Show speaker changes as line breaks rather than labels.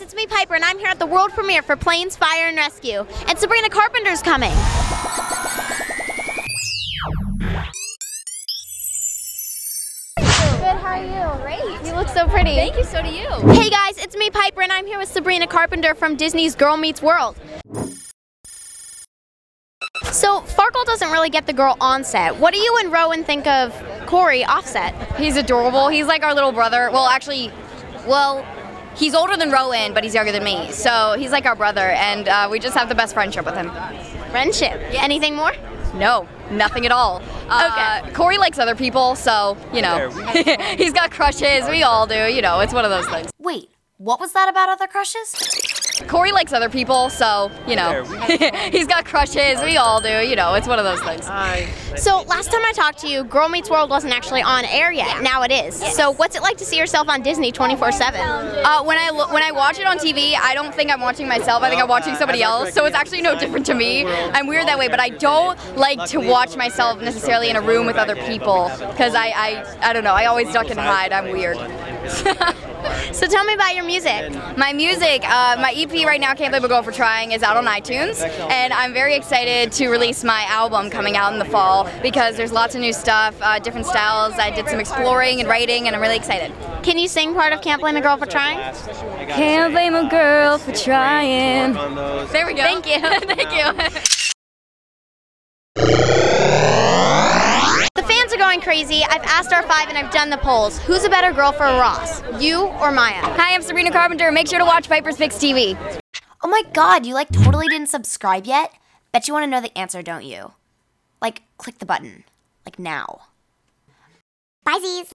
it's me, Piper, and I'm here at the world premiere for Planes, Fire, and Rescue. And Sabrina Carpenter's coming.
Good, how are you? Great.
You look so pretty.
Thank you, so do you.
Hey guys, it's me, Piper, and I'm here with Sabrina Carpenter from Disney's Girl Meets World. So, Farkle doesn't really get the girl on set. What do you and Rowan think of Corey offset?
He's adorable. He's like our little brother. Well, actually, well, he's older than Rowan, but he's younger than me. So he's like our brother, and uh, we just have the best friendship with him.
Friendship. Anything more?
No, nothing at all. Uh, Corey likes other people, so, you know, he's got crushes. We all do. You know, it's one of those things.
Wait, what was that about other crushes?
Corey likes other people, so, you know, he's got crushes. We all do. You know, it's one of those things.
So, last time I talked to you, Girl Meets World wasn't actually on air yet. Now it is. So, what's it like to see yourself on Disney 24 7?
Uh, when I lo- when I watch it on TV, I don't think I'm watching myself. I think I'm watching somebody else. So it's actually no different to me. I'm weird that way, but I don't like to watch myself necessarily in a room with other people because I, I I don't know. I always duck and hide. I'm weird.
So, tell me about your music.
My music, uh, my EP right now, Can't Blame a Girl for Trying, is out on iTunes, and I'm very excited to release my album coming out in the fall because there's lots of new stuff, uh, different styles. I did some exploring and writing, and I'm really excited.
Can you sing part of Can't Blame a Girl for Trying?
Can't blame a girl for trying. There we go. Thank you. Thank you.
The fans are going crazy. I've asked our five and I've done the polls. Who's a better girl for Ross, you or Maya?
Hi, I'm Sabrina Carpenter. Make sure to watch Piper's Fix TV.
Oh my god, you like totally didn't subscribe yet? Bet you want to know the answer, don't you? Like, click the button. Like, now.
Bye, Z's.